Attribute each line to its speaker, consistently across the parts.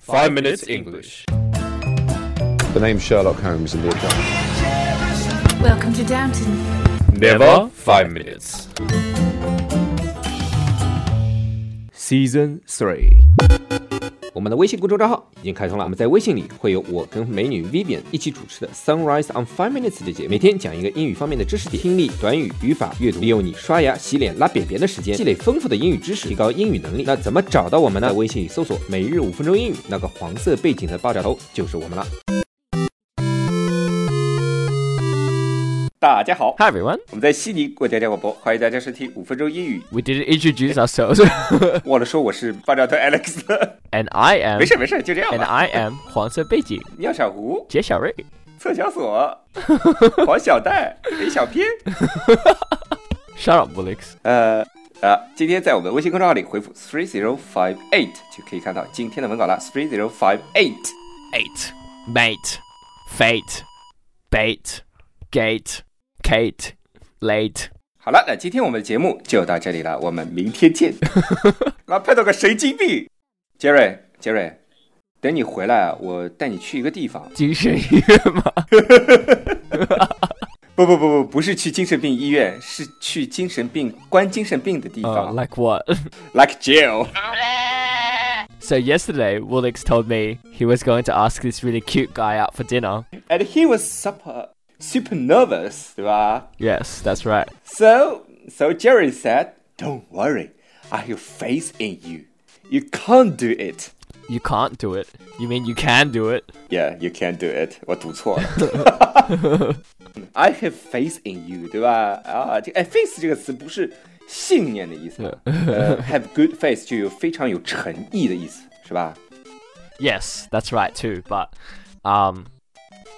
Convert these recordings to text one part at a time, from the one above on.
Speaker 1: Five Minutes English.
Speaker 2: The name Sherlock Holmes in the account.
Speaker 3: Welcome to Downton.
Speaker 1: Never five minutes.
Speaker 4: Season Three，
Speaker 5: 我们的微信公众账号已经开通了，我们在微信里会有我跟美女 Vivian 一起主持的 Sunrise on Five Minutes 的节目，每天讲一个英语方面的知识点，听力、短语、语法、阅读，利用你刷牙、洗脸、拉便便的时间，积累丰富的英语知识，提高英语能力。那怎么找到我们呢？在微信里搜索“每日五分钟英语”，那个黄色背景的爆炸头就是我们了。大家好，
Speaker 4: Hi everyone.
Speaker 5: 我们在悉尼国家电广播，欢迎大家收听五分钟英语。
Speaker 4: We didn't introduce ourselves,
Speaker 5: 忘了说我是爆炸头 Alex 了，
Speaker 4: and I am
Speaker 5: 没事没事，就这样
Speaker 4: and
Speaker 5: 吧。
Speaker 4: I am 黄色背景
Speaker 5: 尿小胡，
Speaker 4: 杰小瑞。
Speaker 5: 测小锁，黄小戴，A 小编。
Speaker 4: Shut up, Alex.
Speaker 5: 呃呃，今天在我们的微信公众号里回复 three zero five eight 就可以看到今天的文稿了。three zero five eight，
Speaker 4: Eight, mate, fate, bait, gate, Kate, late.
Speaker 5: 好了，那今天我们的节目就到这里了，我们明天 见。妈，碰到个神经病，杰瑞，杰瑞，等你回来啊，我带你去一个地方。
Speaker 4: 精神医院吗？
Speaker 5: 不不不不，不是去精神病医院，是去精神病关精神病的地
Speaker 4: Uh,
Speaker 5: 方、
Speaker 4: like what?
Speaker 5: l i k e jail。
Speaker 4: So yesterday, Woolix told me he was going to ask this really cute guy out for dinner.
Speaker 5: And he was super super nervous，对吧？
Speaker 4: Yes, that's right.
Speaker 5: So, so Jerry said, "Don't worry, I have faith in you. You can't do it."
Speaker 4: You can't do it. You mean you can do it?
Speaker 5: Yeah, you can do it. 我读错了。I have faith in you，对吧？啊，这个哎，faith 这个词不是信念的意思吗？呃，have good faith 就有非常有诚意的意思，是吧？
Speaker 4: Yes, that's right too. But um,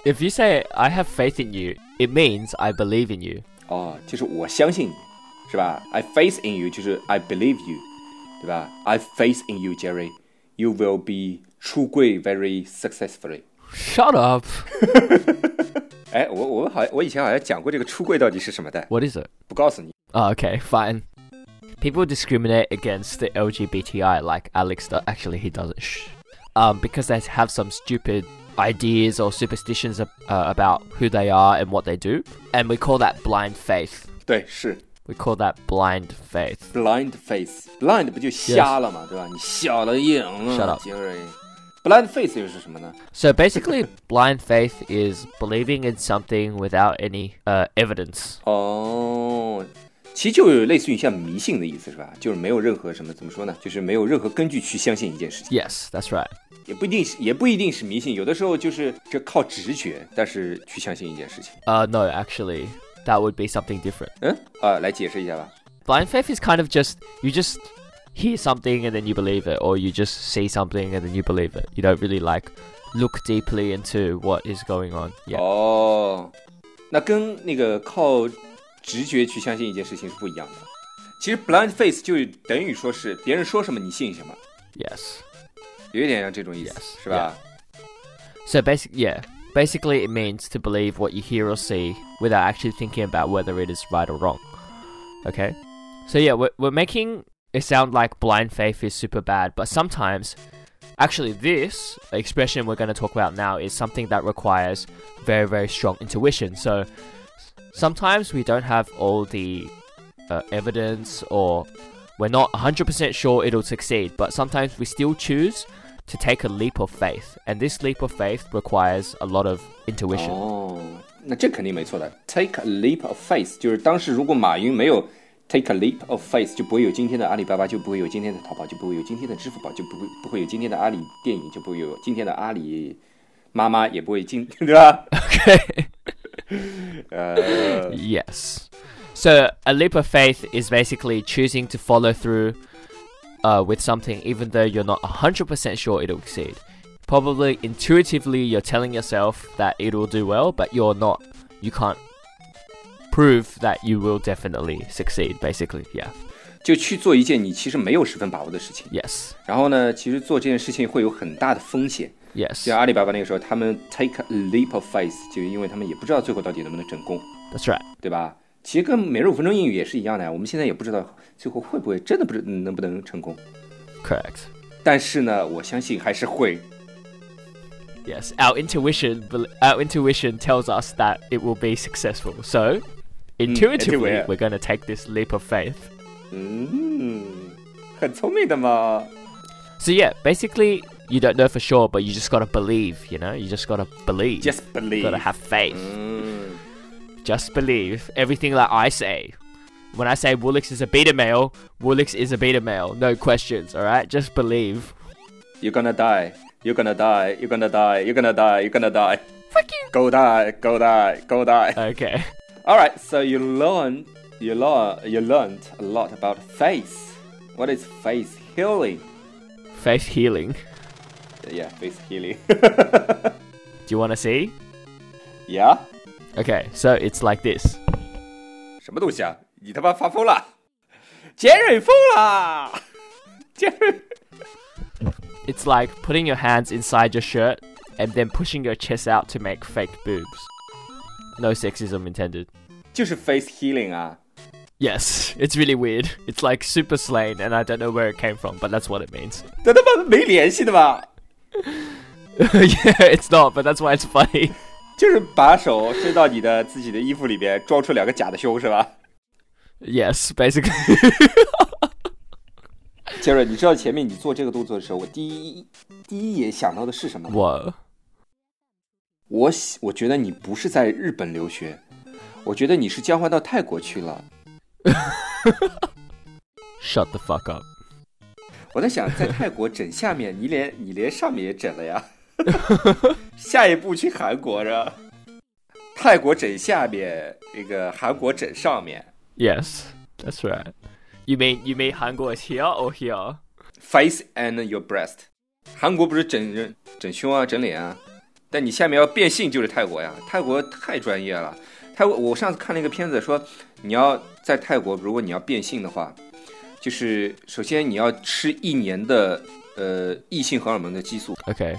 Speaker 4: if you say I have faith in you, it means I believe in you.
Speaker 5: 哦，就是我相信你，是吧？I faith in you 就是 I believe you，对吧？I faith in you, Jerry. You will be 出柜 very successfully.
Speaker 4: Shut up.
Speaker 5: 哎，我我好像我以前好像讲过这个出柜到底是什么的，
Speaker 4: What is it?
Speaker 5: 不告诉你。
Speaker 4: Oh, okay, fine. People discriminate against the LGBTI, like Alex. Does. Actually, he doesn't. Shh. Um, because they have some stupid ideas or superstitions ab- uh, about who they are and what they do, and we call that blind faith.
Speaker 5: 对，是
Speaker 4: We call that blind faith.
Speaker 5: blind face，blind 不就瞎了嘛对吧？你小了嗯眼了
Speaker 4: Shut up
Speaker 5: ，Jerry。blind 哎 face 又是什么呢？
Speaker 4: So basically, blind faith is believing in something without any uh, evidence.
Speaker 5: 哦，其实就有类似于像迷信的意思是吧？就是没有任何什么怎么说呢？就是没有任何根据去相信一件事情，
Speaker 4: Yes, that's right.
Speaker 5: 也不一定是也不一定是迷信，有的时候就是这靠直觉，但是去相信一件事情。
Speaker 4: Uh, no, actually, that would be something different.
Speaker 5: 嗯啊，来解释一下吧。
Speaker 4: Blind faith is kind of just you just hear something and then you believe it, or you just see something and then you believe it. You don't really like look deeply into what is going on. Yeah.
Speaker 5: Oh. 哦，那跟那个靠直觉去相信一件事情是不一样的。其实 blind faith 就等于说是别人说什么你信什么，
Speaker 4: Yes.
Speaker 5: 有一点像这种意思
Speaker 4: Yes,
Speaker 5: 是吧
Speaker 4: So basic, yeah. Basically, it means to believe what you hear or see without actually thinking about whether it is right or wrong. Okay. So yeah, we're, we're making it sound like blind faith is super bad, but sometimes, actually, this expression we're going to talk about now is something that requires very, very strong intuition. So sometimes we don't have all the uh, evidence, or we're not 100% sure it'll succeed, but sometimes we still choose to take a leap of faith, and this leap of faith requires a lot of intuition.
Speaker 5: Oh. 哦，那这肯定没错的。Take a leap of faith 就是当时如果马云没有 take a leap of faith，就不会有今天的阿里巴巴，就不会有今天的淘宝，就不会有今天的支付宝，就不会不会有今天的阿里电影，就不会有今天的阿里妈妈，也不会今 对吧？
Speaker 4: Okay.
Speaker 5: 呃，
Speaker 4: yes. So a leap of faith is basically choosing to follow through uh, with something, even though you're not 100% sure it'll succeed. Probably intuitively, you're telling yourself that it'll do well, but you're not. You can't prove that you will definitely succeed. Basically, yeah.
Speaker 5: 就去做一件你其实没有十分把握的事情。
Speaker 4: Yes.
Speaker 5: 然后呢，其实做这件事情会有很大的风险。
Speaker 4: Yes.
Speaker 5: 像阿里巴巴那个时候，他们 take a leap of faith，就因为他们也不知道最后到底能不能成功，
Speaker 4: That's right.
Speaker 5: 对吧？其实跟每日五分钟英语也是一样的呀，我们现在也不知道最后嗯会不会真的不知能不能成功，
Speaker 4: Correct.
Speaker 5: 但是呢，我相信还是会
Speaker 4: Yes, our intuition, bel- our intuition tells us that it will be successful. So, intuitively,
Speaker 5: intuit.
Speaker 4: we're going to take this leap of faith.
Speaker 5: 嗯，很聪明的嘛。
Speaker 4: So yeah, basically, you don't know for sure, but you just got to believe. You know, you just got to believe.
Speaker 5: Just
Speaker 4: you got to
Speaker 5: believe。Mm.
Speaker 4: have faith.
Speaker 5: 嗯，
Speaker 4: Just believe everything that I say. When I say Woolix is a beta male, Woolix is a beta male. No questions. All right, just believe.
Speaker 5: You're gonna die. You're gonna die. You're gonna die. You're gonna die. You're gonna die. Fuck you. Go die. Go die. Go die.
Speaker 4: Okay.
Speaker 5: All right. So you learn. You learn. You learned a lot about faith. What is faith healing?
Speaker 4: Faith healing.
Speaker 5: Yeah, faith healing.
Speaker 4: Do you want to see?
Speaker 5: yeah.
Speaker 4: Okay, so it's like this.
Speaker 5: 什么东西啊？你他妈发疯了！ 杰瑞疯了！ 杰瑞
Speaker 4: It's like putting your hands inside your shirt and then pushing your chest out to make fake boobs. No sexism intended.
Speaker 5: 就是 face healing 啊！
Speaker 4: Yes, it's really weird. It's like super slain, and I don't know where it came from, but that's what it means.
Speaker 5: 这他妈没联系的吧？
Speaker 4: yeah, it's not, but that's why it's funny.
Speaker 5: 就是把手伸到你的自己的衣服里边，装出两个假的胸是吧？
Speaker 4: Yes, basically.
Speaker 5: 杰瑞，你知道前面你做这个动作的时候，我第一第一眼想到的是什么吗？
Speaker 4: Whoa.
Speaker 5: 我喜我觉得你不是在日本留学，我觉得你是交换到泰国去了。
Speaker 4: Shut the fuck up.
Speaker 5: 我在想，在泰国整下面，你连你连上面也整了呀。下一步去韩国了，泰国整下面，那个韩国整上面
Speaker 4: Yes, that's right. You mean you mean Hangul is here or here?
Speaker 5: ，face and your breast。韩国不是整人、整胸啊、整脸啊，但你下面要变性就是泰国呀。泰国太专业了，泰国我上次看了一个片子说，你要在泰国，如果你要变性的话，就是首先你要吃一年的呃异性荷尔蒙的激素。
Speaker 4: Okay.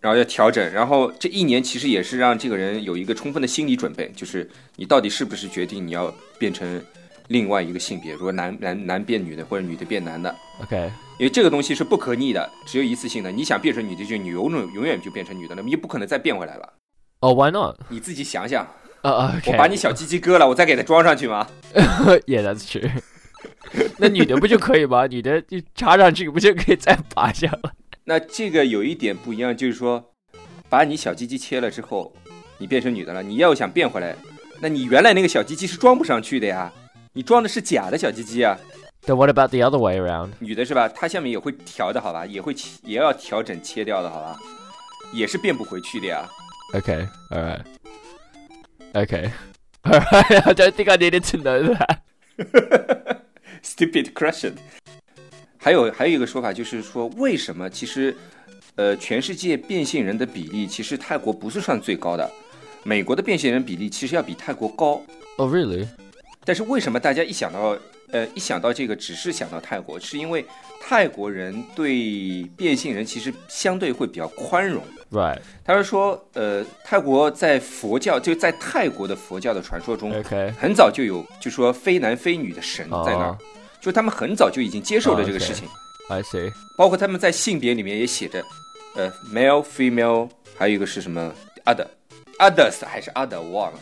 Speaker 5: 然后要调整，然后这一年其实也是让这个人有一个充分的心理准备，就是你到底是不是决定你要变成另外一个性别，如果男男男变女的，或者女的变男的，
Speaker 4: Okay.
Speaker 5: 因为这个东西是不可逆的，只有一次性的。你想变成女的就你永远永远就变成女的，那么也不可能再变回来了。
Speaker 4: Oh, why not?
Speaker 5: 你自己想想，
Speaker 4: Uh,
Speaker 5: 我
Speaker 4: okay.
Speaker 5: 把你小鸡鸡割了，我再给它装上去吗？
Speaker 4: yeah, that's true. 那女的不就可以吗？女的就插上去不就可以再拔下来？
Speaker 5: 那这个有一点不一样，就是说，把你小鸡鸡切了之后，你变成女的了，你要想变回来，那你原来那个小鸡鸡是装不上去的呀，你装的是假的小鸡鸡啊，
Speaker 4: Then what about the other way around?
Speaker 5: 女的是吧？它下面也会调的好吧，也会切也要调整切掉的好吧，也是变不回去的呀。
Speaker 4: Okay, alright. Okay. Alright, I don't think I needed to know that.
Speaker 5: Stupid question。还有还有一个说法就是说，为什么其实，呃，全世界变性人的比例其实泰国不是算最高的，美国的变性人比例其实要比泰国高。
Speaker 4: Oh, really?
Speaker 5: 但是为什么大家一想到呃一想到这个，只是想到泰国？是因为泰国人对变性人其实相对会比较宽容。
Speaker 4: Right.
Speaker 5: 他是说，呃，泰国在佛教就在泰国的佛教的传说中，
Speaker 4: Okay.
Speaker 5: 很早就有就说非男非女的神在那儿
Speaker 4: 哦，
Speaker 5: 就他们很早就已经接受了
Speaker 4: 哦
Speaker 5: 这个事
Speaker 4: OK
Speaker 5: 情，
Speaker 4: I see.
Speaker 5: 包括他们在性别里面也写着，呃，male female，还有一个是什么 other。others 还是 other 我忘了，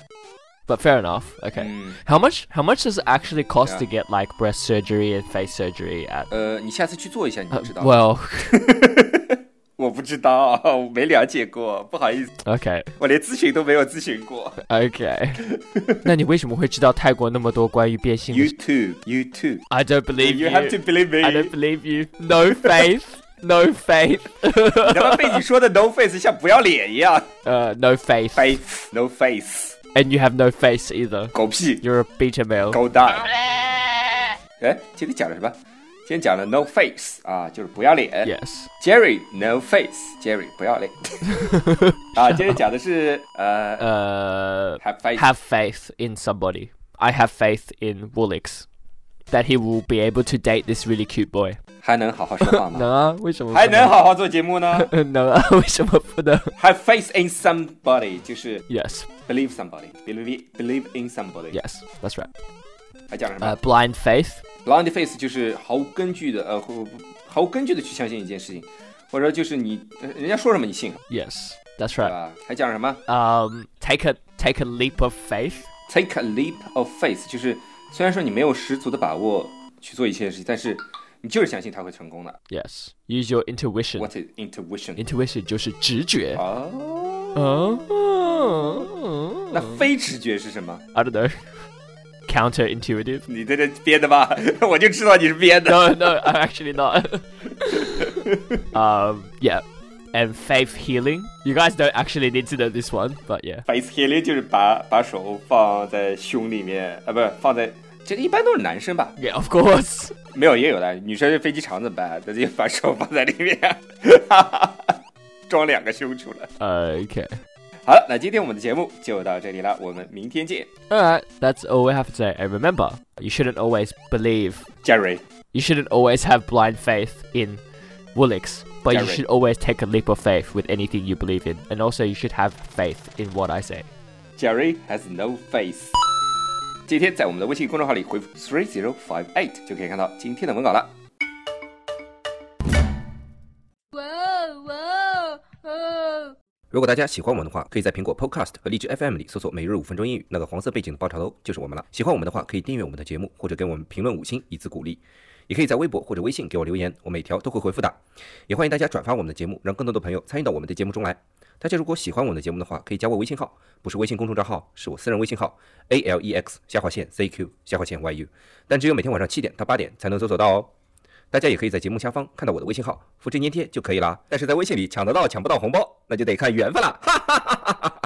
Speaker 4: But fair enough. Okay.
Speaker 5: 嗯，
Speaker 4: How much? How much does it actually cost
Speaker 5: Yeah.
Speaker 4: to get like breast surgery and face surgery at?
Speaker 5: 呃，你下次去做一下，你
Speaker 4: Uh,
Speaker 5: 就知道了。
Speaker 4: well,
Speaker 5: 我不知道，我没了解过，不好意思，
Speaker 4: okay,
Speaker 5: 我连咨询都没有咨询过。
Speaker 4: okay. 那你为什么会知道泰国那么多关于变性的
Speaker 5: You too, you too.
Speaker 4: I don't believe you.
Speaker 5: You have to believe
Speaker 4: I don't
Speaker 5: me.
Speaker 4: believe you. No faith. no faith.
Speaker 5: 你 他妈被你说的 no face 像不要脸一样
Speaker 4: Uh, no faith.
Speaker 5: ，face no face，
Speaker 4: And you have no face either.
Speaker 5: 狗屁，
Speaker 4: You're a beta male.
Speaker 5: 狗蛋。哎，今天讲了什么？今天讲了 no face 啊，就是不要脸。
Speaker 4: Yes.
Speaker 5: Jerry no face，Jerry 不 要脸。啊，今天讲的是
Speaker 4: Uh,
Speaker 5: 呃 have face
Speaker 4: have faith in somebody. I have faith in Woolix. That he will be able to date this really cute boy.
Speaker 5: 还能好好说话吗？
Speaker 4: 能啊？为什么？
Speaker 5: 还能好好做节目呢
Speaker 4: 能啊？为什么不能？
Speaker 5: ？Have faith in somebody 就是
Speaker 4: Yes,
Speaker 5: believe somebody, believe believe in somebody。
Speaker 4: yes, that's right.
Speaker 5: 还讲了什么
Speaker 4: Uh, blind faith.
Speaker 5: blind faith 就是毫无根据的，呃，或毫无根据的去相信一件事情，或者说就是你呃人家说什么你信，
Speaker 4: Yes, That's
Speaker 5: 对
Speaker 4: right.
Speaker 5: 吧？还讲什么
Speaker 4: Um, take a take a leap of faith.
Speaker 5: take a leap of faith，就是虽然说你没有十足的把握去做一些事情，但是你就是相信它会成功的。
Speaker 4: Yes. Use your intuition.
Speaker 5: What is intuition？
Speaker 4: Intuition 就是直觉。
Speaker 5: 哦，
Speaker 4: Oh. 哦、
Speaker 5: 那非直觉是什么？
Speaker 4: Oh. I don't know. Counterintuitive.
Speaker 5: 你在这编的吧？ 我就知道你是编的。
Speaker 4: No, no, I'm actually not. um, yeah. And faith healing. You guys don't actually need to know this one, but yeah.
Speaker 5: Face healing 就是把把手放在胸里面啊，不是放在。这一般都是男生吧，
Speaker 4: Yeah, of course.
Speaker 5: 没有也有的。女生飞机场怎么办？那就把手放在里面， 装两个胸出来。
Speaker 4: Okay.
Speaker 5: 好了，那今天我们的节目就到这里了，我们明天见
Speaker 4: Alright, that's all we have to say. And remember, you shouldn't always believe,
Speaker 5: ，Jerry。
Speaker 4: you shouldn't always have blind faith in Woolix, but you
Speaker 5: Correct.
Speaker 4: should always take a leap of faith with anything you believe in. And also, you should have faith in what I say.
Speaker 5: Jerry has no face。今天在我们的微信公众号里回复 three zero five eight 就可以看到今天的文稿了。
Speaker 3: Whoa, whoa, oh. whoa.
Speaker 6: 如果大家喜欢我们的话，可以在苹果 Podcast 和荔枝 FM 里搜索“每日五分钟英语”，那个黄色背景的爆炸头就是我们了。喜欢我们的话，可以订阅我们的节目，或者给我们评论五星以资鼓励。也可以在微博或者微信给我留言，我每条都会回复的。也欢迎大家转发我们的节目，让更多的朋友参与到我们的节目中来。大家如果喜欢我们的节目的话，可以加我微信号，不是微信公众账号，是我私人微信号 a l e x 下划线 z q 下划线 y u，但只有每天晚上七点到八点才能搜索到哦。大家也可以在节目下方看到我的微信号，复制粘贴就可以了。但是在微信里抢得到抢不到红包，那就得看缘分了。哈哈哈哈哈哈。